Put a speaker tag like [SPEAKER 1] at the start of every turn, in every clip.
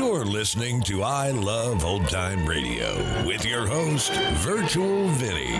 [SPEAKER 1] listening to I Love Old Time Radio with your host, Virtual Vinny.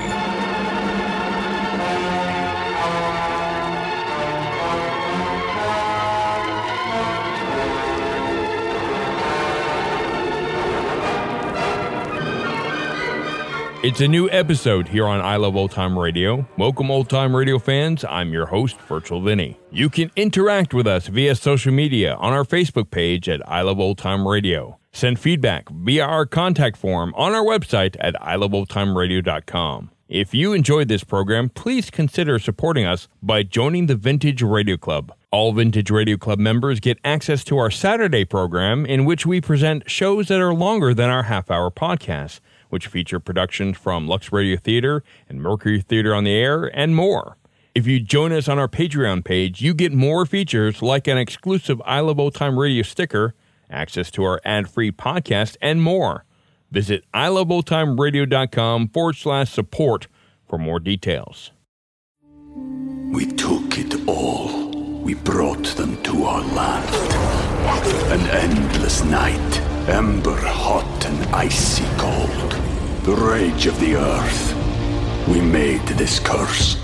[SPEAKER 2] It's a new episode here on I Love Old Time Radio. Welcome, Old Time Radio fans. I'm your host, Virtual Vinny. You can interact with us via social media on our Facebook page at I Love Old Time Radio. Send feedback via our contact form on our website at iloveoldtimeradio.com. If you enjoyed this program, please consider supporting us by joining the Vintage Radio Club. All Vintage Radio Club members get access to our Saturday program, in which we present shows that are longer than our half hour podcasts which feature productions from Lux Radio Theater and Mercury Theater on the Air, and more. If you join us on our Patreon page, you get more features like an exclusive I Love Old Time Radio sticker, access to our ad free podcast, and more. Visit iloveoldtimeradio.com forward slash support for more details.
[SPEAKER 3] We took it all. We brought them to our land. An endless night, ember hot and icy cold. The rage of the earth. We made this curse.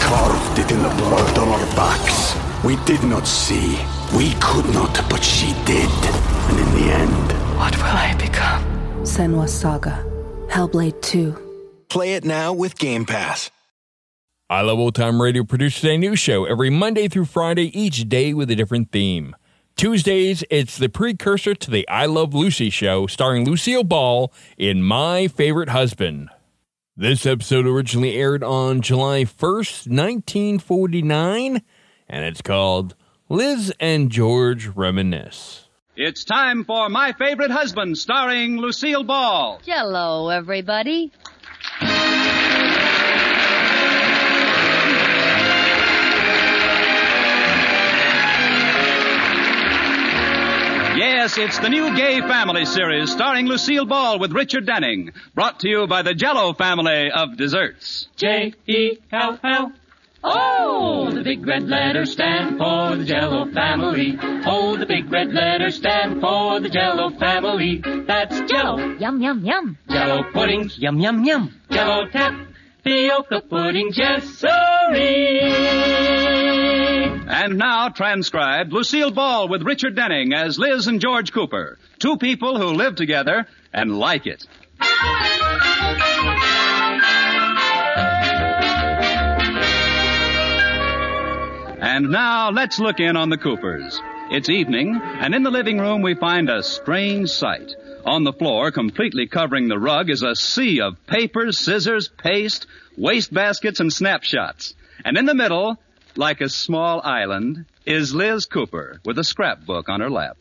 [SPEAKER 3] Carved it in the blood on our backs. We did not see. We could not, but she did. And in the end,
[SPEAKER 4] What will I become?
[SPEAKER 5] Senwa Saga, Hellblade 2.
[SPEAKER 6] Play it now with Game Pass.
[SPEAKER 2] I Love Old Time Radio produces a new show every Monday through Friday, each day with a different theme. Tuesdays, it's the precursor to the I Love Lucy show, starring Lucille Ball in My Favorite Husband. This episode originally aired on July 1st, 1949, and it's called Liz and George Reminisce.
[SPEAKER 7] It's time for My Favorite Husband, starring Lucille Ball.
[SPEAKER 8] Hello, everybody.
[SPEAKER 7] Yes, it's the new gay family series starring Lucille Ball with Richard Denning, brought to you by the Jello family of desserts.
[SPEAKER 9] J E L L. Oh, the big red letters stand for the Jello family. Oh, the big red letters stand for the Jello family. That's Jello,
[SPEAKER 8] Yum, yum, yum.
[SPEAKER 9] Jello puddings,
[SPEAKER 10] Yum, yum, yum.
[SPEAKER 9] Jello tapioca pudding, yes, sirree.
[SPEAKER 7] And now, transcribed, Lucille Ball with Richard Denning as Liz and George Cooper, two people who live together and like it. And now let's look in on the Coopers. It's evening, and in the living room we find a strange sight. On the floor, completely covering the rug, is a sea of papers, scissors, paste, waste baskets, and snapshots. And in the middle, like a small island, is Liz Cooper with a scrapbook on her lap.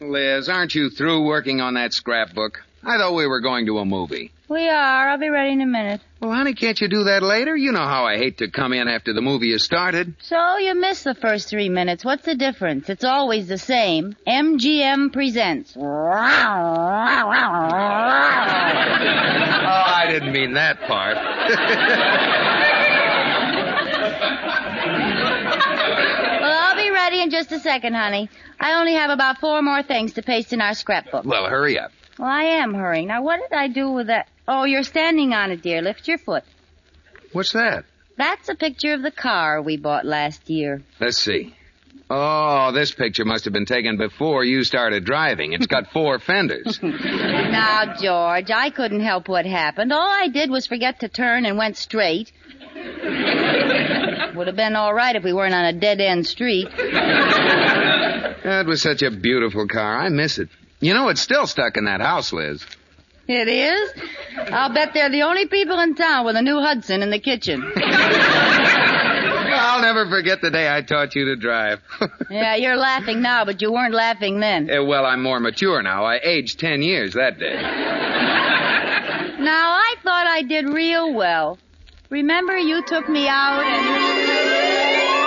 [SPEAKER 11] Liz, aren't you through working on that scrapbook? I thought we were going to a movie.
[SPEAKER 12] We are. I'll be ready in a minute.
[SPEAKER 11] Well, honey, can't you do that later? You know how I hate to come in after the movie has started.
[SPEAKER 8] So you missed the first three minutes. What's the difference? It's always the same. MGM presents.
[SPEAKER 11] Oh, I didn't mean that part.
[SPEAKER 8] Well, I'll be ready in just a second, honey. I only have about four more things to paste in our scrapbook.
[SPEAKER 11] well, hurry up.
[SPEAKER 8] Well, I am hurrying. Now, what did I do with that? Oh, you're standing on it, dear. Lift your foot.
[SPEAKER 11] What's that?
[SPEAKER 8] That's a picture of the car we bought last year.
[SPEAKER 11] Let's see. Oh, this picture must have been taken before you started driving. It's got four fenders.
[SPEAKER 8] Now, George, I couldn't help what happened. All I did was forget to turn and went straight. Would have been all right if we weren't on a dead end street.
[SPEAKER 11] That was such a beautiful car. I miss it. You know, it's still stuck in that house, Liz.
[SPEAKER 8] It is? I'll bet they're the only people in town with a new Hudson in the kitchen.
[SPEAKER 11] I'll never forget the day I taught you to drive.
[SPEAKER 8] Yeah, you're laughing now, but you weren't laughing then.
[SPEAKER 11] Eh, well, I'm more mature now. I aged ten years that day.
[SPEAKER 8] Now, I thought I did real well. Remember, you took me out and.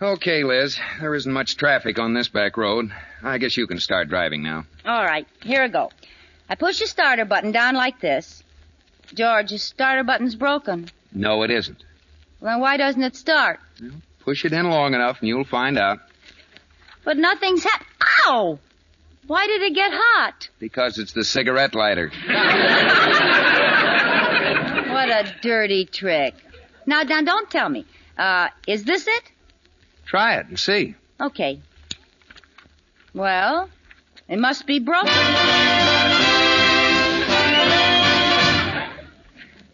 [SPEAKER 11] Okay, Liz. There isn't much traffic on this back road. I guess you can start driving now.
[SPEAKER 8] All right, here I go. I push the starter button down like this. George, the starter button's broken.
[SPEAKER 11] No, it isn't.
[SPEAKER 8] Well, then why doesn't it start?
[SPEAKER 11] Push it in long enough and you'll find out.
[SPEAKER 8] But nothing's hap. Ow! Why did it get hot?
[SPEAKER 11] Because it's the cigarette lighter.
[SPEAKER 8] What a dirty trick. Now, now don't tell me. Uh, is this it?
[SPEAKER 11] Try it and see.
[SPEAKER 8] Okay. Well, it must be broken.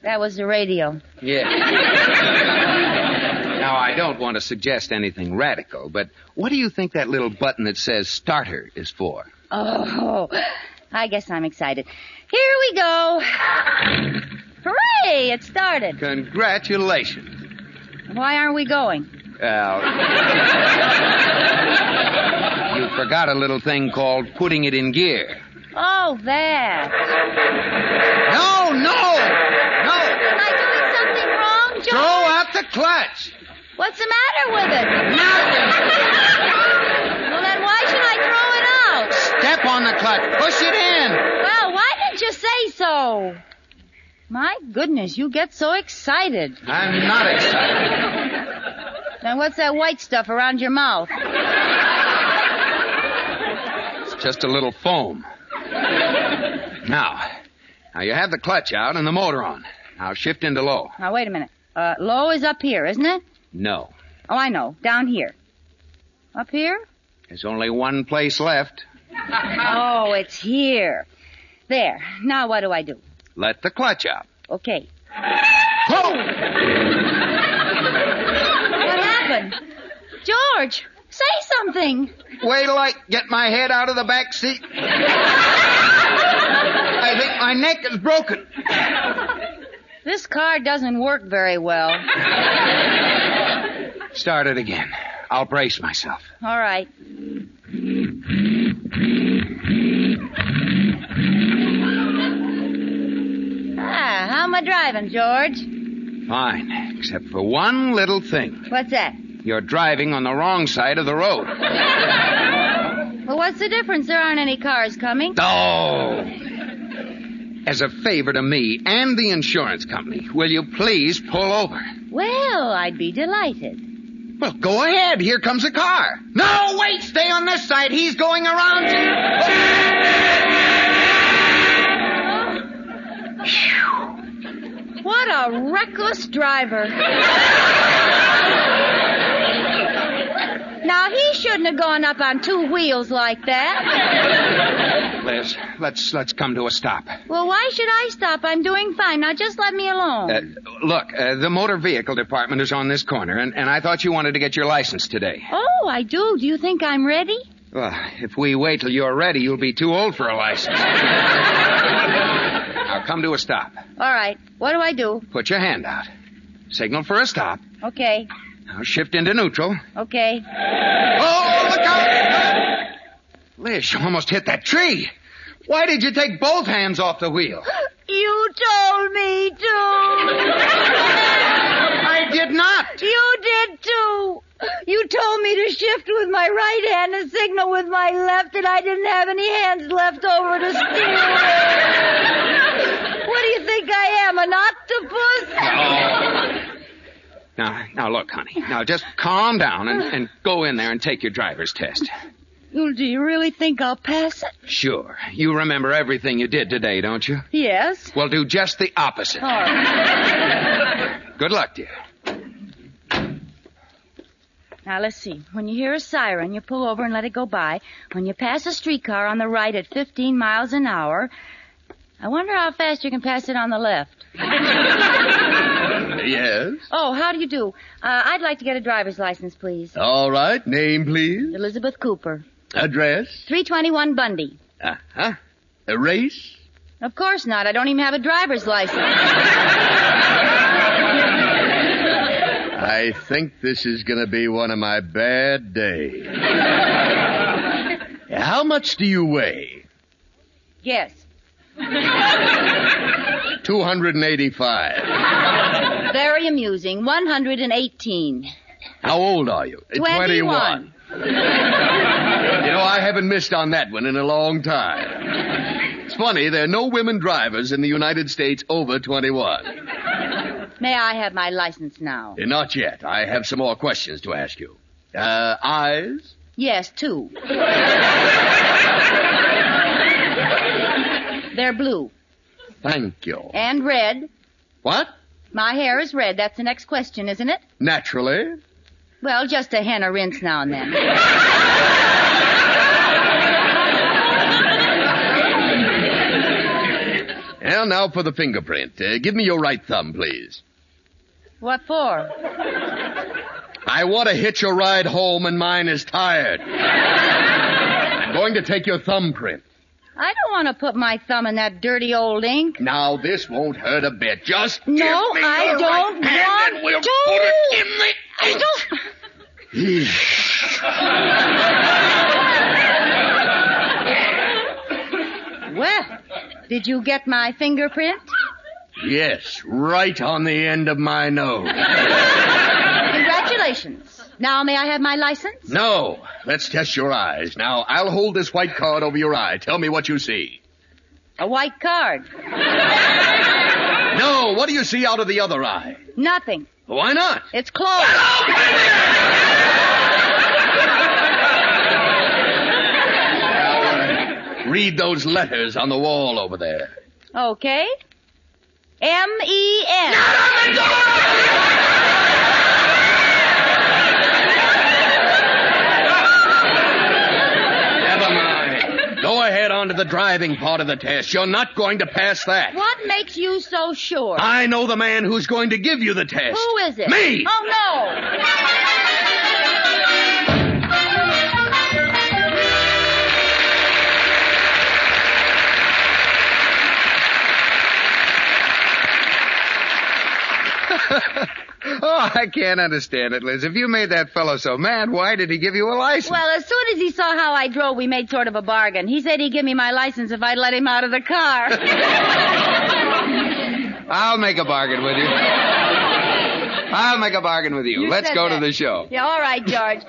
[SPEAKER 8] That was the radio.
[SPEAKER 11] Now, I don't want to suggest anything radical, but what do you think that little button that says starter is for?
[SPEAKER 8] Oh, I guess I'm excited. Here we go. Hooray! It started.
[SPEAKER 11] Congratulations.
[SPEAKER 8] Why aren't we going?
[SPEAKER 11] Uh, you forgot a little thing called putting it in gear.
[SPEAKER 8] Oh, that.
[SPEAKER 11] No, no, no.
[SPEAKER 8] Am I doing something wrong, George?
[SPEAKER 11] Throw out the clutch.
[SPEAKER 8] What's the matter with it? Nothing. well, then why should I throw it out?
[SPEAKER 11] Step on the clutch. Push it in.
[SPEAKER 8] Well, why didn't you say so? My goodness, you get so excited.
[SPEAKER 11] I'm not excited.
[SPEAKER 8] Now, what's that white stuff around your mouth?
[SPEAKER 11] It's just a little foam. Now, now you have the clutch out and the motor on. Now shift into low.
[SPEAKER 8] Now, wait a minute. Uh, low is up here, isn't it?
[SPEAKER 11] No.
[SPEAKER 8] Oh, I know. Down here. Up here?
[SPEAKER 11] There's only one place left.
[SPEAKER 8] Oh, it's here. There. Now, what do I do?
[SPEAKER 11] Let the clutch out.
[SPEAKER 8] Okay.
[SPEAKER 11] Wait
[SPEAKER 8] What happened? George, say something.
[SPEAKER 11] till I get my head out of the back seat. I think my neck is broken.
[SPEAKER 8] This car doesn't work very well.
[SPEAKER 11] Start it again. I'll brace myself.
[SPEAKER 8] All right. Ah, how am I driving, George?
[SPEAKER 11] Fine, except for one little thing.
[SPEAKER 8] What's that?
[SPEAKER 11] You're driving on the wrong side of the road.
[SPEAKER 8] Well, what's the difference? There aren't any cars coming.
[SPEAKER 11] Oh! As a favor to me and the insurance company, will you please pull over?
[SPEAKER 8] Well, I'd be delighted.
[SPEAKER 11] Well, go ahead. Here comes a car. No, wait. Stay on this side. He's going around
[SPEAKER 8] What a reckless driver. now, he shouldn't have gone up on two wheels like that.
[SPEAKER 11] Liz, let's let's come to a stop.
[SPEAKER 8] Well, why should I stop? I'm doing fine. Now, just let me alone.
[SPEAKER 11] Uh, look, uh, the motor vehicle department is on this corner, and, and I thought you wanted to get your license today.
[SPEAKER 8] oh, I do. Do you think I'm ready?
[SPEAKER 11] Well, if we wait till you're ready, you'll be too old for a license. now come to a stop.
[SPEAKER 8] All right. What do I do?
[SPEAKER 11] Put your hand out. Signal for a stop.
[SPEAKER 8] Okay.
[SPEAKER 11] Now shift into neutral.
[SPEAKER 8] Okay.
[SPEAKER 11] Oh, Liz, you almost hit that tree. Why did you take both hands off the wheel?
[SPEAKER 8] You told me to. I
[SPEAKER 11] did not.
[SPEAKER 8] You did too. You told me to shift with my right hand and signal with my left, and I didn't have any hands left over to steer with. What do you think I am, an octopus?
[SPEAKER 11] Oh. Now, now look, honey. Now just calm down and, and go in there and take your driver's test.
[SPEAKER 8] Well, do you really think I'll pass it?
[SPEAKER 11] Sure. You remember everything you did today, don't you?
[SPEAKER 8] Yes.
[SPEAKER 11] Well, do just the opposite.
[SPEAKER 8] All right.
[SPEAKER 11] Good luck, dear.
[SPEAKER 8] Now, let's see. When you hear a siren, you pull over and let it go by. When you pass a streetcar on the right at 15 miles an hour, I wonder how fast you can pass it on the left.
[SPEAKER 4] Yes.
[SPEAKER 8] Oh, how do you do? Uh, I'd like to get a driver's license, please.
[SPEAKER 4] All right. Name, please.
[SPEAKER 8] Elizabeth Cooper.
[SPEAKER 4] Address.
[SPEAKER 8] 321 Bundy.
[SPEAKER 4] Uh huh. A race.
[SPEAKER 8] Of course not. I don't even have a driver's license.
[SPEAKER 4] I think this is going to be one of my bad days. How much do you weigh?
[SPEAKER 8] yes.
[SPEAKER 4] 285.
[SPEAKER 8] Very amusing. 118.
[SPEAKER 4] How old are you?
[SPEAKER 8] 21.
[SPEAKER 4] You know, I haven't missed on that one in a long time. It's funny, there are no women drivers in the United States over 21.
[SPEAKER 8] May I have my license now?
[SPEAKER 4] Uh, Not yet. I have some more questions to ask you. Uh, eyes?
[SPEAKER 8] Yes, two. They're blue
[SPEAKER 4] Thank you.
[SPEAKER 8] and red.
[SPEAKER 4] What?
[SPEAKER 8] My hair is red. That's the next question, isn't it?
[SPEAKER 4] Naturally.
[SPEAKER 8] Well, just a henna rinse now and then.
[SPEAKER 4] And now for the fingerprint. Uh, give me your right thumb, please.
[SPEAKER 8] What for?
[SPEAKER 4] I want to hitch a ride home, and mine is tired. I'm going to take your thumbprint.
[SPEAKER 8] I don't want to put my thumb in that dirty old ink.
[SPEAKER 4] Now, this won't hurt a bit. Just
[SPEAKER 8] No,
[SPEAKER 4] give me
[SPEAKER 8] I
[SPEAKER 4] your
[SPEAKER 8] don't
[SPEAKER 4] right
[SPEAKER 8] want
[SPEAKER 4] hand, and we'll
[SPEAKER 8] to.
[SPEAKER 4] put it in the
[SPEAKER 8] I don't. Well, did you get my fingerprint?
[SPEAKER 4] Yes, right on the end of my nose.
[SPEAKER 8] Congratulations. Now may I have my license?
[SPEAKER 4] No, let's test your eyes. Now, I'll hold this white card over your eye. Tell me what you see.
[SPEAKER 8] A white card.
[SPEAKER 4] No, what do you see out of the other eye?
[SPEAKER 8] Nothing.
[SPEAKER 4] Why not?
[SPEAKER 8] It's closed.
[SPEAKER 4] Read those letters on the wall over there.
[SPEAKER 8] okay. M E N.
[SPEAKER 4] Never mind. Go ahead on to the driving part of the test. You're not going to pass that.
[SPEAKER 8] What makes you so sure?
[SPEAKER 4] I know the man who's going to give you the test.
[SPEAKER 8] Who is it?
[SPEAKER 4] Me!
[SPEAKER 8] Oh no.
[SPEAKER 11] Oh, I can't understand it, Liz. If you made that fellow so mad, why did he give you a license?
[SPEAKER 8] Well, as soon as he saw how I drove, we made sort of a bargain. He said he'd give me my license if I'd let him out of the car.
[SPEAKER 11] I'll make a bargain with you. I'll make a bargain with you.
[SPEAKER 8] You
[SPEAKER 11] Let's
[SPEAKER 8] said
[SPEAKER 11] go
[SPEAKER 8] that.
[SPEAKER 11] to the show.
[SPEAKER 8] Yeah, all right, George.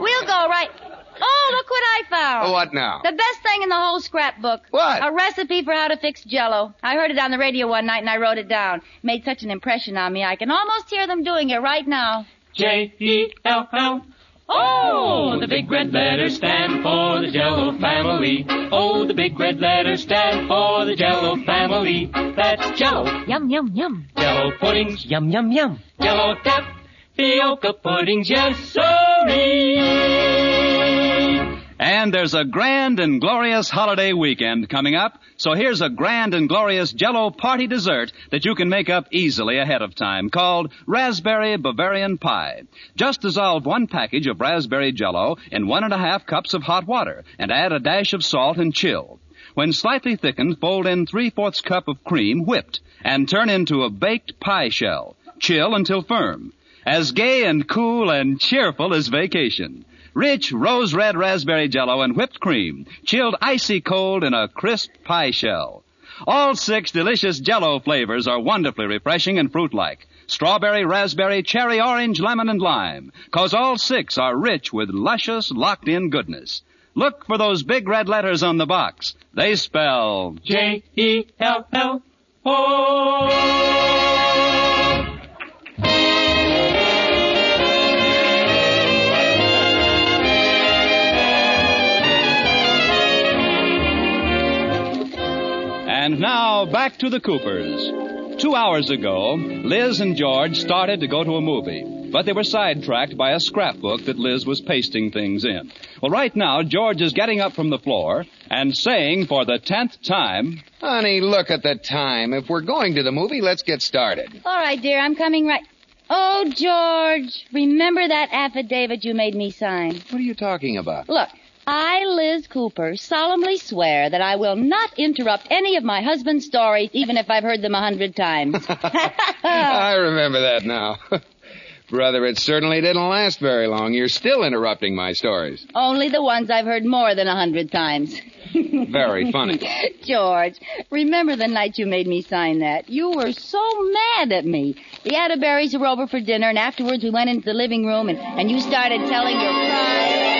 [SPEAKER 8] We'll go right. Oh, look what I found.
[SPEAKER 11] What now?
[SPEAKER 8] The best thing in the whole scrapbook.
[SPEAKER 11] Oh, What?
[SPEAKER 8] A recipe for how to fix jello. I heard it on the radio one night and I wrote it down. Made such an impression on me, I can almost hear them doing it right now.
[SPEAKER 9] J E L L. Oh, the big red letters stand for the Jello family. Oh, the big red letters stand for the Jello family. That's Jello,
[SPEAKER 10] Yum, yum, yum.
[SPEAKER 9] Jello puddings,
[SPEAKER 10] Yum, yum, yum.
[SPEAKER 9] Jello tapioca puddings, yes sirree.
[SPEAKER 7] And there's a grand and glorious holiday weekend coming up, so here's a grand and glorious Jello party dessert that you can make up easily ahead of time called Raspberry Bavarian Pie. Just dissolve one package of raspberry Jello in one and a half cups of hot water and add a dash of salt and chill. When slightly thickened, fold in three fourths cup of cream whipped and turn into a baked pie shell. Chill until firm. As gay and cool and cheerful as vacation. Rich rose red raspberry jello and whipped cream, chilled icy cold in a crisp pie shell. All six delicious jello flavors are wonderfully refreshing and fruit like. Strawberry, raspberry, cherry, orange, lemon, and lime. Cause all six are rich with luscious, locked in goodness. Look for those big red letters on the box. They spell
[SPEAKER 9] J E L L Oh. O.
[SPEAKER 7] And now back to the Coopers. Two hours ago, Liz and George started to go to a movie, but they were sidetracked by a scrapbook that Liz was pasting things in. Well, right now, George is getting up from the floor and saying for the tenth time,
[SPEAKER 11] Honey, look at the time. If we're going to the movie, let's get started.
[SPEAKER 8] All right, dear, I'm coming right. Oh, George, remember that affidavit you made me sign?
[SPEAKER 11] What are you talking about?
[SPEAKER 8] Look, I, Liz Cooper, solemnly swear that I will not interrupt any of my husband's stories, even if I've heard them a hundred times.
[SPEAKER 11] I remember that now. Brother, it certainly didn't last very long. You're still interrupting my stories.
[SPEAKER 8] Only the ones I've heard more than a hundred times.
[SPEAKER 11] Very funny.
[SPEAKER 8] George, remember the night you made me sign that? You were so mad at me. The Atterberries were over for dinner, and afterwards we went into the living room, and, and you started telling your crime.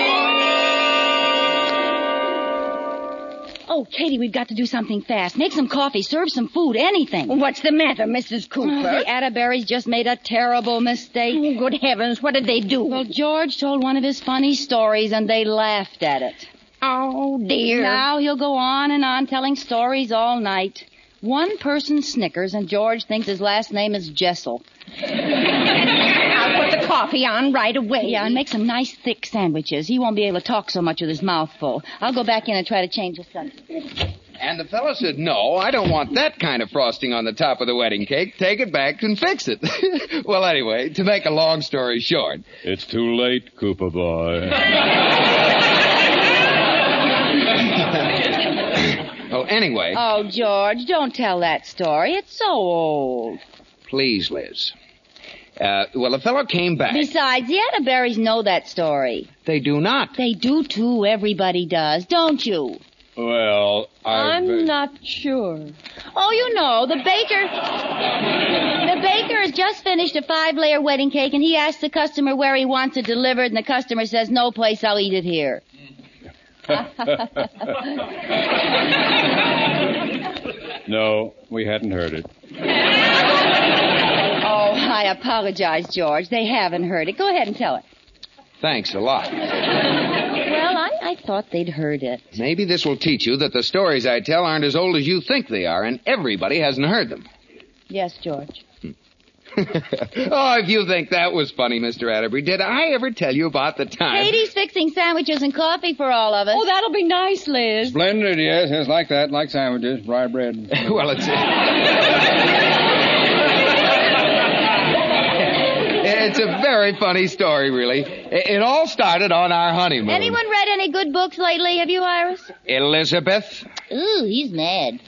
[SPEAKER 8] Oh, Katie, we've got to do something fast. Make some coffee, serve some food, anything. Oh,
[SPEAKER 10] What's the matter, Mrs. Cooper?
[SPEAKER 8] the Atterberries just made a terrible mistake.
[SPEAKER 10] Oh, good heavens, what did they do?
[SPEAKER 8] Well, George told one of his funny stories, and they laughed at it.
[SPEAKER 10] Oh, dear.
[SPEAKER 8] Now he'll go on and on telling stories all night. One person snickers, and George thinks his last name is Jessel.
[SPEAKER 10] I'll put the coffee on right away.
[SPEAKER 8] Yeah, and make some nice thick sandwiches. He won't be able to talk so much with his mouth full. I'll go back in and try to change the subject.
[SPEAKER 11] And the fellow said, No, I don't want that kind of frosting on the top of the wedding cake. Take it back and fix it. well, anyway, to make a long story short.
[SPEAKER 13] It's too late, Cooper boy.
[SPEAKER 11] well, anyway.
[SPEAKER 8] Oh, George, don't tell that story. It's so old.
[SPEAKER 11] Please, Liz. Uh, well, the fellow came back.
[SPEAKER 8] Besides, the Atterberries know that story.
[SPEAKER 11] They do not.
[SPEAKER 8] They do, too. Everybody does, don't you?
[SPEAKER 13] Well, uh, i
[SPEAKER 12] am not sure.
[SPEAKER 8] Oh, you know, the baker. the baker has just finished a five layer wedding cake, and he asks the customer where he wants it delivered, and the customer says, No place, I'll eat it here.
[SPEAKER 13] no, we hadn't heard it.
[SPEAKER 8] Oh, I apologize, George. They haven't heard it. Go ahead and tell it.
[SPEAKER 11] Thanks a lot.
[SPEAKER 8] Well, I, I thought they'd heard it.
[SPEAKER 11] Maybe this will teach you that the stories I tell aren't as old as you think they are, and everybody hasn't heard them.
[SPEAKER 8] Yes, George.
[SPEAKER 11] oh, if you think that was funny, Mr. Atterbury, did I ever tell you about the time?
[SPEAKER 8] Katie's fixing sandwiches and coffee for all of us.
[SPEAKER 12] Oh, that'll be nice, Liz.
[SPEAKER 13] Splendid, yes. It's like that, like sandwiches, rye bread.
[SPEAKER 11] well, it's. it's a very funny story, really. It, it all started on our honeymoon.
[SPEAKER 8] Anyone read any good books lately? Have you, Iris?
[SPEAKER 11] Elizabeth.
[SPEAKER 8] Ooh, he's mad.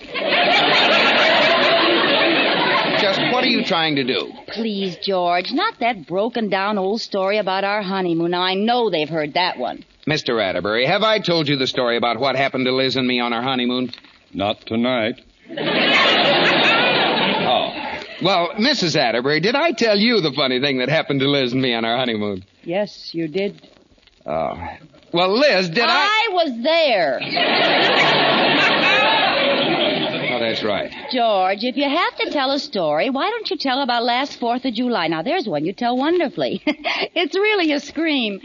[SPEAKER 11] Just what are you trying to do?
[SPEAKER 8] Please, George, not that broken down old story about our honeymoon. Now, I know they've heard that one.
[SPEAKER 11] Mr. Atterbury, have I told you the story about what happened to Liz and me on our honeymoon?
[SPEAKER 13] Not tonight.
[SPEAKER 11] Oh. Well, Mrs. Atterbury, did I tell you the funny thing that happened to Liz and me on our honeymoon?
[SPEAKER 12] Yes, you did.
[SPEAKER 11] Oh. Well, Liz, did I?
[SPEAKER 8] I was there.
[SPEAKER 11] oh, that's right.
[SPEAKER 8] George, if you have to tell a story, why don't you tell about last 4th of July? Now, there's one you tell wonderfully. it's really a scream.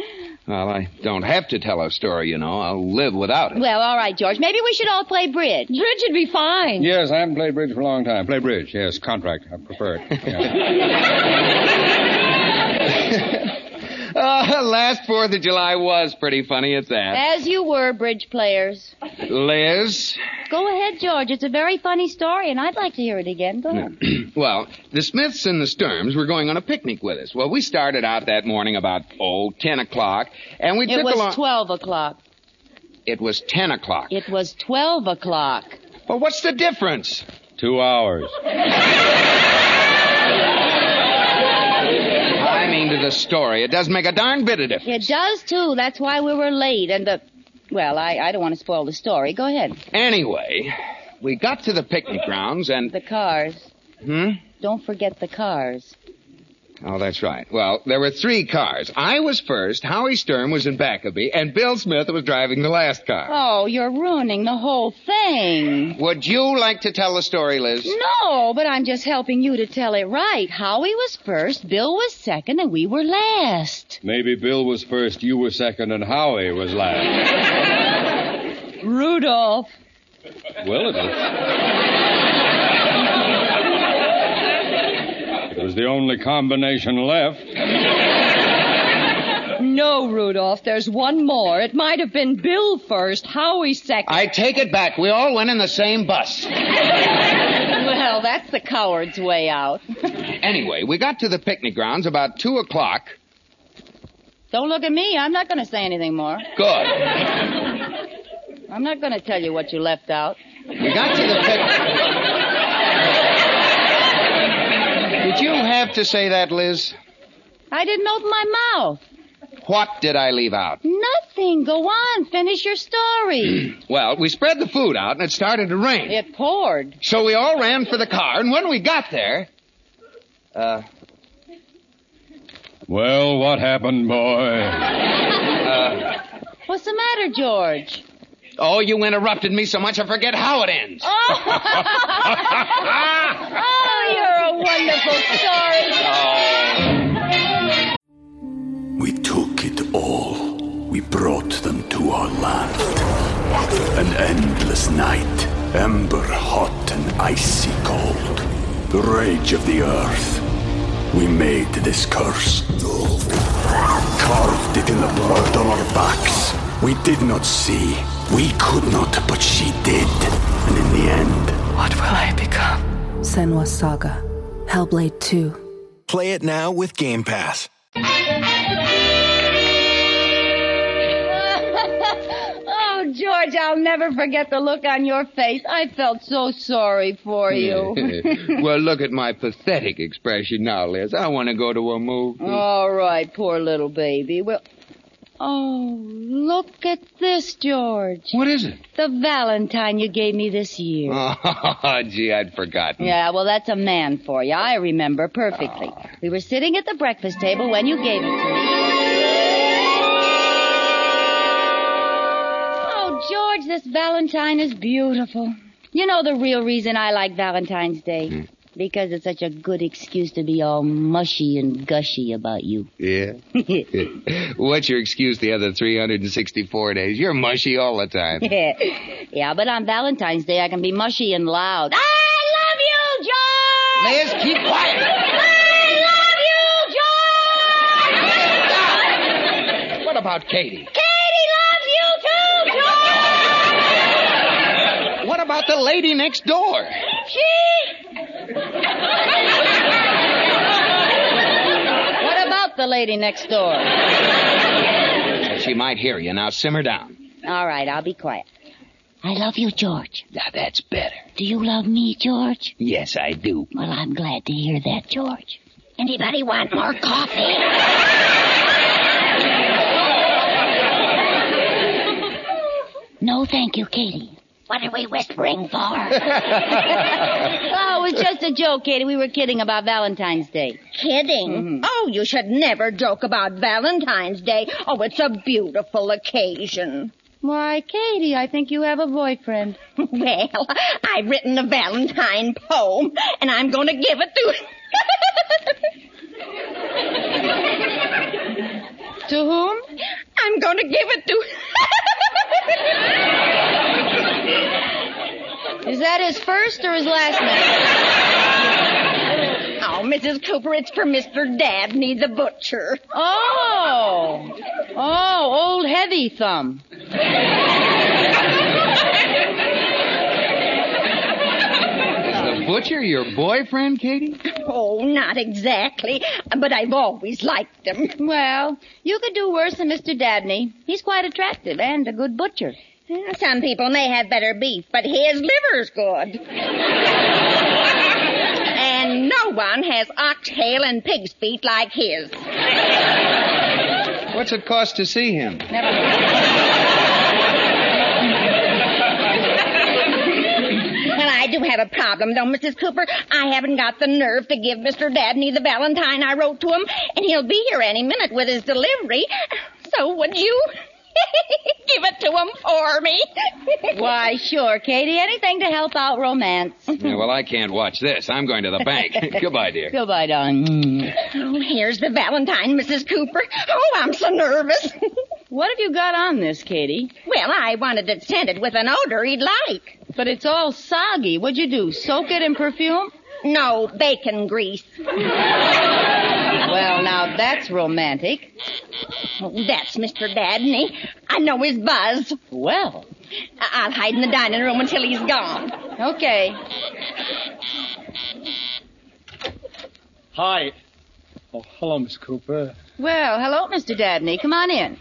[SPEAKER 11] Well, I don't have to tell a story, you know. I'll live without it.
[SPEAKER 8] Well, all right, George. Maybe we should all play bridge.
[SPEAKER 12] Bridge would be fine.
[SPEAKER 13] Yes, I haven't played bridge for a long time. Play bridge, yes. Contract,
[SPEAKER 11] uh,
[SPEAKER 13] I prefer it.
[SPEAKER 11] Yeah. uh, last Fourth of July was pretty funny at that.
[SPEAKER 8] As you were, bridge players.
[SPEAKER 11] Liz?
[SPEAKER 8] Go ahead, George. It's a very funny story, and I'd like to hear it again. Go ahead.
[SPEAKER 11] well, the Smiths and the Sturms were going on a picnic with us. Well, we started out that morning about, oh, 10 o'clock, and we
[SPEAKER 8] it
[SPEAKER 11] took
[SPEAKER 8] was
[SPEAKER 11] along...
[SPEAKER 8] 12 o'clock.
[SPEAKER 11] It was 10 o'clock.
[SPEAKER 8] It was 12 o'clock.
[SPEAKER 11] Well, what's the difference?
[SPEAKER 13] Two hours.
[SPEAKER 11] I mean, to the story. It does make a darn bit of
[SPEAKER 8] It
[SPEAKER 11] difference.
[SPEAKER 8] does, too. That's why we were late, and the... Well, I, I don't want to spoil the story. Go ahead.
[SPEAKER 11] Anyway, we got to the picnic grounds and.
[SPEAKER 8] The cars.
[SPEAKER 11] Hmm?
[SPEAKER 8] Don't forget the cars.
[SPEAKER 11] Oh, that's right. Well, there were three cars. I was first, Howie Sturm was in back of me, and Bill Smith was driving the last car.
[SPEAKER 8] Oh, you're ruining the whole thing.
[SPEAKER 11] Would you like to tell the story, Liz?
[SPEAKER 8] No, but I'm just helping you to tell it right. Howie was first, Bill was second, and we were last.
[SPEAKER 13] Maybe Bill was first, you were second, and Howie was last.
[SPEAKER 8] Rudolph.
[SPEAKER 13] Well, it is. it was the only combination left.
[SPEAKER 12] No, Rudolph, there's one more. It might have been Bill first, Howie second.
[SPEAKER 11] I take it back. We all went in the same bus.
[SPEAKER 8] well, that's the coward's way out.
[SPEAKER 11] anyway, we got to the picnic grounds about 2 o'clock.
[SPEAKER 8] Don't look at me. I'm not going to say anything more.
[SPEAKER 11] Good.
[SPEAKER 8] I'm not going to tell you what you left out.
[SPEAKER 11] We got to the picnic. did you have to say that, Liz?
[SPEAKER 8] I didn't open my mouth.
[SPEAKER 11] What did I leave out?
[SPEAKER 8] Nothing. Go on. Finish your story.
[SPEAKER 11] well, we spread the food out and it started to rain.
[SPEAKER 8] It poured.
[SPEAKER 11] So we all ran for the car, and when we got there. Uh.
[SPEAKER 13] Well, what happened, boy?
[SPEAKER 11] uh,
[SPEAKER 8] What's the matter, George?
[SPEAKER 11] Oh, you interrupted me so much I forget how it ends.
[SPEAKER 10] oh, you're a wonderful
[SPEAKER 11] Oh,
[SPEAKER 10] story.
[SPEAKER 3] We took it all. We brought them to our land. An endless night, ember hot and icy cold. The rage of the earth. We made this curse. Carved it in the blood on our backs. We did not see. We could not, but she did. And in the end,
[SPEAKER 5] What will I become? Senwa Saga, Hellblade 2.
[SPEAKER 14] Play it now with Game Pass.
[SPEAKER 8] Oh, George, I'll never forget the look on your face. I felt so sorry for you.
[SPEAKER 11] well, look at my pathetic expression now, Liz. I want to go to a movie.
[SPEAKER 8] All right, poor little baby. Well, oh, look at this, George.
[SPEAKER 11] What is it?
[SPEAKER 8] The Valentine you gave me this year.
[SPEAKER 11] Oh, gee, I'd forgotten.
[SPEAKER 8] Yeah, well, that's a man for you. I remember perfectly. We were sitting at the breakfast table when you gave it to me. Oh, George, this Valentine is beautiful. You know the real reason I like Valentine's Day? Because it's such a good excuse to be all mushy and gushy about you.
[SPEAKER 11] Yeah. What's your excuse the other 364 days? You're mushy all the time.
[SPEAKER 8] yeah, yeah, but on Valentine's Day I can be mushy and loud. I love you, George!
[SPEAKER 11] Liz, keep quiet.
[SPEAKER 8] I love you, George!
[SPEAKER 11] What about Katie?
[SPEAKER 8] Katie loves you too, George!
[SPEAKER 11] What about the lady next door?
[SPEAKER 8] She. what about the lady next door?
[SPEAKER 11] She might hear you. Now simmer down.
[SPEAKER 8] All right, I'll be quiet. I love you, George.
[SPEAKER 11] Now that's better.
[SPEAKER 8] Do you love me, George?
[SPEAKER 11] Yes, I do.
[SPEAKER 8] Well, I'm glad to hear that, George. Anybody want more coffee? no, thank you, Katie. What are we whispering for? oh, it was just a joke, Katie. We were kidding about Valentine's Day.
[SPEAKER 10] Kidding? Oh, you should never joke about Valentine's Day. Oh, it's a beautiful occasion.
[SPEAKER 8] Why, Katie, I think you have a boyfriend.
[SPEAKER 10] Well, I've written a Valentine poem, and I'm going to give it to.
[SPEAKER 8] to whom?
[SPEAKER 10] I'm going to give it to.
[SPEAKER 8] Is that his first or his last name?
[SPEAKER 10] Oh, Mrs. Cooper, it's for Mr. Dabney the butcher.
[SPEAKER 8] Oh. Oh, old heavy thumb.
[SPEAKER 11] Is the butcher your boyfriend, Katie?
[SPEAKER 10] Oh, not exactly, but I've always liked him.
[SPEAKER 8] Well, you could do worse than Mr. Dabney. He's quite attractive and a good butcher.
[SPEAKER 10] Well, Some people may have better beef, but his liver's good. and no one has oxtail and pig's feet like his.
[SPEAKER 11] What's it cost to see him?
[SPEAKER 8] Never mind.
[SPEAKER 10] Well, I do have a problem, though, Mrs. Cooper. I haven't got the nerve to give Mr. Dabney the valentine I wrote to him, and he'll be here any minute with his delivery. So would you? Give it to him for me.
[SPEAKER 8] Why, sure, Katie. Anything to help out romance.
[SPEAKER 11] Yeah, well, I can't watch this. I'm going to the bank. Goodbye, dear.
[SPEAKER 8] Goodbye, darling.
[SPEAKER 10] Oh, here's the Valentine, Mrs. Cooper. Oh, I'm so nervous.
[SPEAKER 8] what have you got on this, Katie?
[SPEAKER 10] Well, I wanted it scented with an odor he'd like.
[SPEAKER 8] But it's all soggy. What'd you do? Soak it in perfume?
[SPEAKER 10] No, bacon grease.
[SPEAKER 8] Well, now that's romantic.
[SPEAKER 10] Oh, that's Mr. Dabney. I know his buzz.
[SPEAKER 8] Well,
[SPEAKER 10] I- I'll hide in the dining room until he's gone.
[SPEAKER 8] Okay.
[SPEAKER 15] Hi. Oh, hello, Miss Cooper.
[SPEAKER 8] Well, hello, Mr. Dabney. Come on in.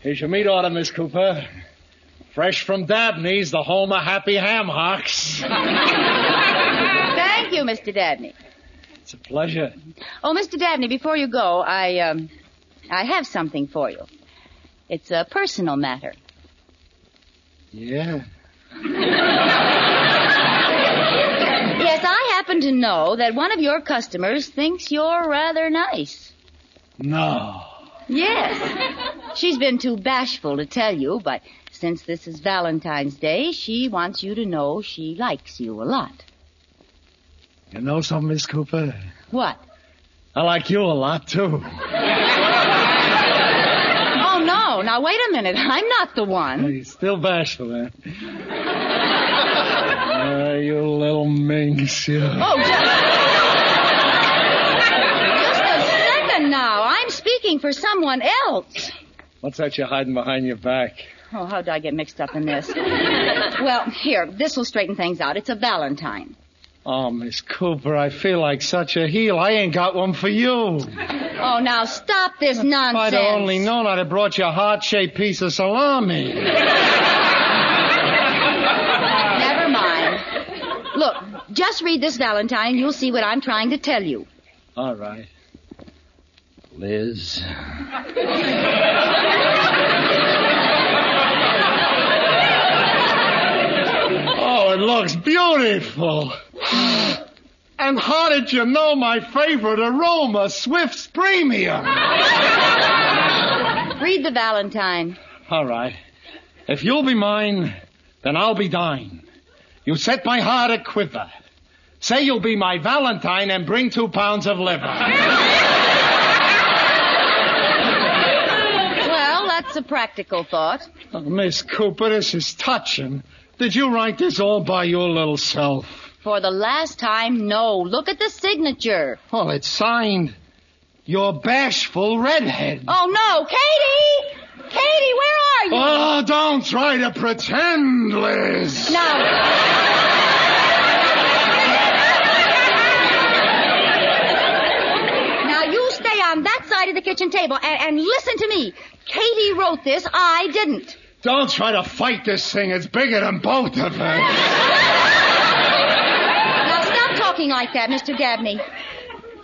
[SPEAKER 15] Here's your meat order, Miss Cooper. Fresh from Dabney's, the home of happy ham hocks.
[SPEAKER 8] Thank you, Mr. Dabney.
[SPEAKER 15] It's a pleasure.
[SPEAKER 8] Oh, Mr. Dabney, before you go, I um, I have something for you. It's a personal matter.
[SPEAKER 15] Yeah.
[SPEAKER 8] Yes, I happen to know that one of your customers thinks you're rather nice.
[SPEAKER 15] No.
[SPEAKER 8] Yes. She's been too bashful to tell you, but since this is Valentine's Day, she wants you to know she likes you a lot.
[SPEAKER 15] You know something, Miss Cooper?
[SPEAKER 8] What?
[SPEAKER 15] I like you a lot, too.
[SPEAKER 8] Oh, no. Now, wait a minute. I'm not the one.
[SPEAKER 15] You're still bashful, eh? Ah, you little minx, you.
[SPEAKER 8] Oh, just. just a second now. I'm speaking for someone else.
[SPEAKER 15] What's that you're hiding behind your back?
[SPEAKER 8] Oh, how did I get mixed up in this? Well, here, this will straighten things out. It's a Valentine.
[SPEAKER 15] Oh, Miss Cooper, I feel like such a heel. I ain't got one for you.
[SPEAKER 8] Oh, now stop this
[SPEAKER 15] If I'd
[SPEAKER 8] nonsense.
[SPEAKER 15] have only known, I'd have brought you a heart-shaped piece of salami.
[SPEAKER 8] Never mind. Look, just read this Valentine and you'll see what I'm trying to tell you.
[SPEAKER 15] All right. Liz. oh, it looks beautiful. And how did you know my favorite aroma, Swift's Premium?
[SPEAKER 8] Read the Valentine.
[SPEAKER 15] All right. If you'll be mine, then I'll be thine. You set my heart a quiver. Say you'll be my Valentine and bring two pounds of liver.
[SPEAKER 8] Well, that's a practical thought.
[SPEAKER 15] Oh, Miss Cooper, this is touching. Did you write this all by your little self?
[SPEAKER 8] For the last time, no. Look at the signature.
[SPEAKER 15] Well, it's signed, Your Bashful Redhead.
[SPEAKER 8] Oh, no. Katie! Katie, where are you?
[SPEAKER 15] Oh, don't try to pretend, Liz.
[SPEAKER 8] Now, you stay on that side of the kitchen table and, and listen to me. Katie wrote this. I didn't.
[SPEAKER 15] Don't try to fight this thing. It's bigger than both of us.
[SPEAKER 8] Now, stop talking like that, Mr. Dabney.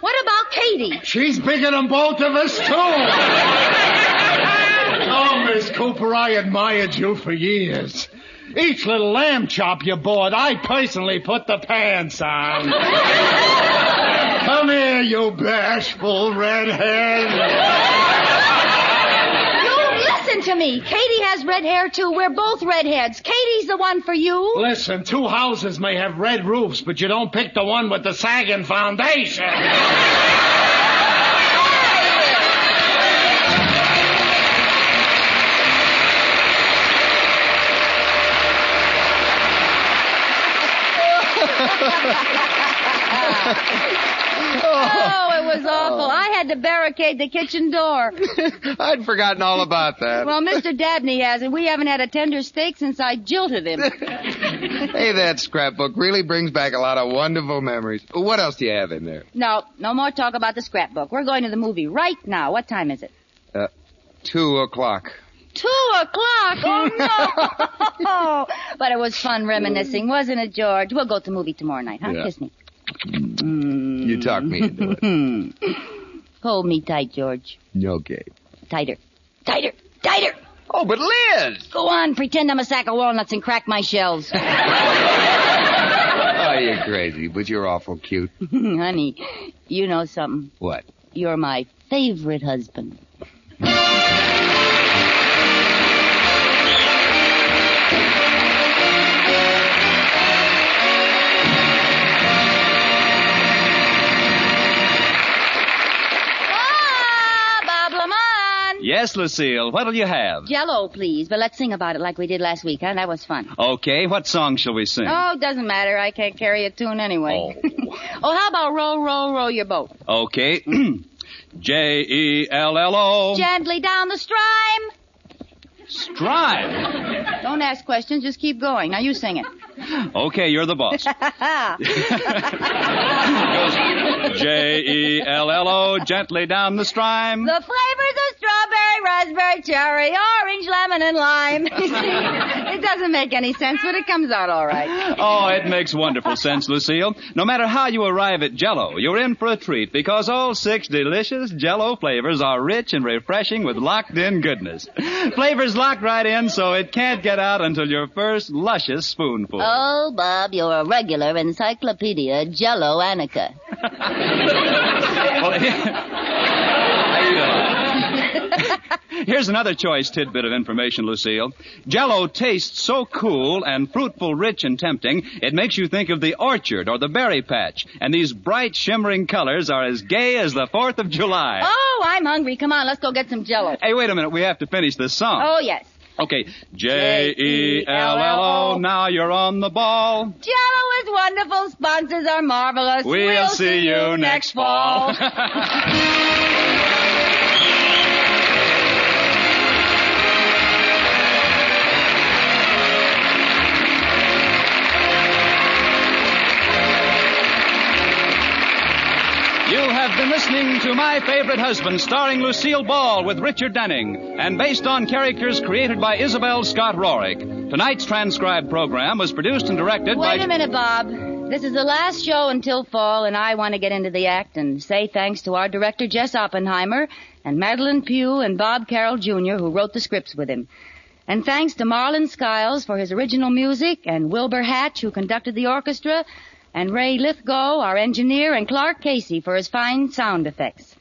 [SPEAKER 8] What about Katie?
[SPEAKER 15] She's bigger than both of us, too. Oh, Miss Cooper, I admired you for years. Each little lamb chop you bought, I personally put the pants on. Come here, you bashful redhead.
[SPEAKER 8] You listen to me. Katie has red hair, too. We're both redheads. Katie's the one for you.
[SPEAKER 15] Listen, two houses may have red roofs, but you don't pick the one with the sagging foundation.
[SPEAKER 8] Oh, it was awful. I had to barricade the kitchen door.
[SPEAKER 11] I'd forgotten all about that.
[SPEAKER 8] Well, Mr. Dabney has it. We haven't had a tender steak since I jilted him.
[SPEAKER 11] hey, that scrapbook really brings back a lot of wonderful memories. What else do you have in there?
[SPEAKER 8] No, no more talk about the scrapbook. We're going to the movie right now. What time is it?
[SPEAKER 11] Uh, two o'clock.
[SPEAKER 8] Two o'clock. Oh no! but it was fun reminiscing, wasn't it, George? We'll go to the movie tomorrow night, huh?
[SPEAKER 11] Yeah.
[SPEAKER 8] Kiss me.
[SPEAKER 11] You talk me into
[SPEAKER 8] it. Hold me tight, George.
[SPEAKER 11] okay.
[SPEAKER 8] Tighter, tighter, tighter.
[SPEAKER 11] Oh, but Liz!
[SPEAKER 8] Go on, pretend I'm a sack of walnuts and crack my shells.
[SPEAKER 11] Oh, you're crazy, but you're awful cute.
[SPEAKER 8] Honey, you know something.
[SPEAKER 11] What?
[SPEAKER 8] You're my favorite husband. Ah, Ah, Bob Lamont.
[SPEAKER 7] Yes, Lucille, what'll you have?
[SPEAKER 8] Jello, please, but let's sing about it like we did last week, huh? That was fun.
[SPEAKER 7] Okay, what song shall we sing?
[SPEAKER 8] Oh, doesn't matter. I can't carry a tune anyway. Oh, how about roll, roll, roll your boat?
[SPEAKER 7] Okay. J E L L O.
[SPEAKER 8] Gently down the strime.
[SPEAKER 7] Stride.
[SPEAKER 8] Don't ask questions. Just keep going. Now you sing it.
[SPEAKER 7] Okay, you're the boss. J E L L O, gently down the strime.
[SPEAKER 8] The flavors of strawberry, raspberry, cherry, orange, lemon, and lime. You see, it doesn't make any sense, but it comes out all right.
[SPEAKER 7] Oh, it makes wonderful sense, Lucille. No matter how you arrive at Jello, you're in for a treat because all six delicious Jello flavors are rich and refreshing with locked-in goodness. Flavors locked right in, so it can't get out until your first luscious spoonful.
[SPEAKER 8] Oh, Bob, you're a regular encyclopedia, Jello Annika.
[SPEAKER 7] Well, Here's another choice tidbit of information, Lucille. Jello tastes so cool and fruitful, rich and tempting, it makes you think of the orchard or the berry patch. And these bright, shimmering colors are as gay as the 4th of July.
[SPEAKER 8] Oh, I'm hungry. Come on, let's go get some jello.
[SPEAKER 7] Hey, wait a minute. We have to finish this song.
[SPEAKER 8] Oh, yes.
[SPEAKER 7] Okay. J E L L O. Now you're on the ball.
[SPEAKER 8] Jello is wonderful. Sponsors are marvelous.
[SPEAKER 7] We'll, see, you next fall. You have been listening to My Favorite Husband, starring Lucille Ball with Richard Denning, and based on characters created by Isabel Scott Rorick. Tonight's transcribed program was produced and directed by.
[SPEAKER 8] Wait a minute, Bob. This is the last show until fall, and I want to get into the act and say thanks to our director, Jess Oppenheimer, and Madeline Pugh and Bob Carroll Jr., who wrote the scripts with him. And thanks to Marlon Skiles for his original music, and Wilbur Hatch, who conducted the orchestra, and Ray Lithgow, our engineer, and Clark Casey for his fine sound effects.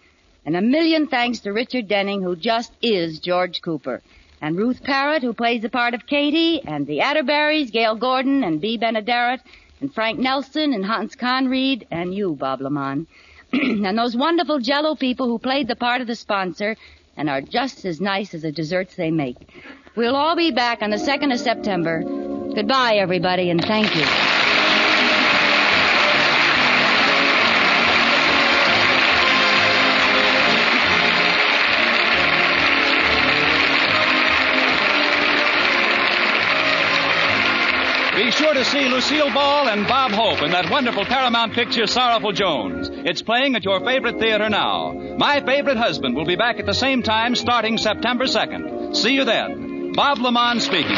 [SPEAKER 8] And a million thanks to Richard Denning, who just is George Cooper. And Ruth Parrott, who plays the part of Katie, and the Atterberries, Gail Gordon, and Bee Benaderet, and Frank Nelson, and Hans Conried, and you, Bob Lamont. and those wonderful jello people who played the part of the sponsor and are just as nice as the desserts they make. We'll all be back on the 2nd of September. Goodbye, everybody, and thank you.
[SPEAKER 7] Be sure to see Lucille Ball and Bob Hope in that wonderful Paramount picture, Sorrowful Jones. It's playing at your favorite theater now. My Favorite Husband will be back at the same time starting September 2nd. See you then. Bob Lamont speaking.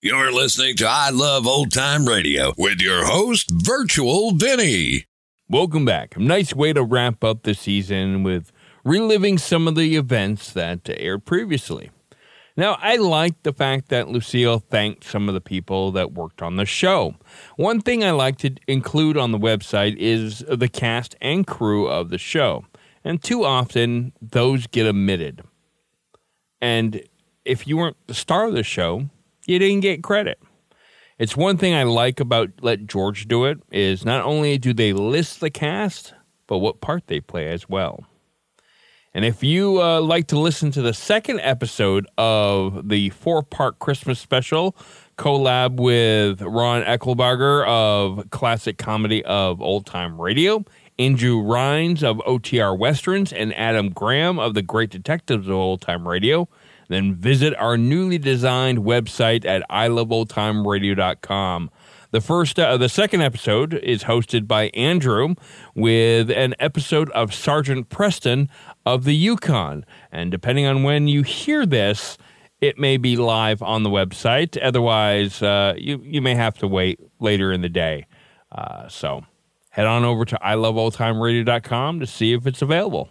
[SPEAKER 1] You're listening to I Love Old Time Radio with your host, Virtual Vinny.
[SPEAKER 2] Welcome back. Nice way to wrap up the season with reliving some of the events that aired previously. Now, I like the fact that Lucille thanked some of the people that worked on the show. One thing I like to include on the website is the cast and crew of the show, and too often those get omitted. And if you weren't the star of the show, you didn't get credit. It's one thing I like about Let George Do It is not only do they list the cast, but what part they play as well. And if you uh, like to listen to the second episode of the four part Christmas special collab with Ron Eckelbarger of Classic Comedy of Old Time Radio, Andrew Rhines of OTR Westerns, and Adam Graham of The Great Detectives of Old Time Radio, then visit our newly designed website at iloveoldtimeradio.com. The first, uh, the second episode is hosted by Andrew with an episode of Sergeant Preston of the Yukon. And depending on when you hear this, it may be live on the website. Otherwise, uh, you you may have to wait later in the day. Uh, so head on over to iloveoldtimeradio.com to see if it's available.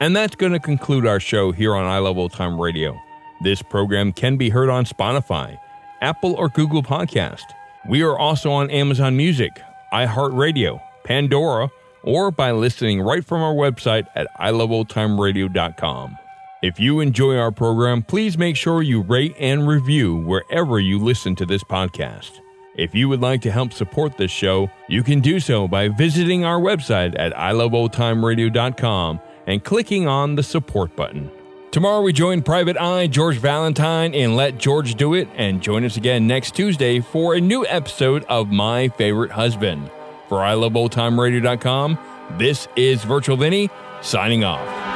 [SPEAKER 2] And that's going to conclude our show here on I Love Old Time Radio. This program can be heard on Spotify, Apple or Google Podcast. We are also on Amazon Music, iHeartRadio, Pandora, or by listening right from our website at iloveoldtimeradio.com. If you enjoy our program, please make sure you rate and review wherever you listen to this podcast. If you would like to help support this show, you can do so by visiting our website at iloveoldtimeradio.com and clicking on the support button. Tomorrow we join Private Eye, George Valentine, and Let George Do It, and join us again next Tuesday for a new episode of My Favorite Husband. For iloveoldtimeradio.com, this is Virtual Vinny signing off.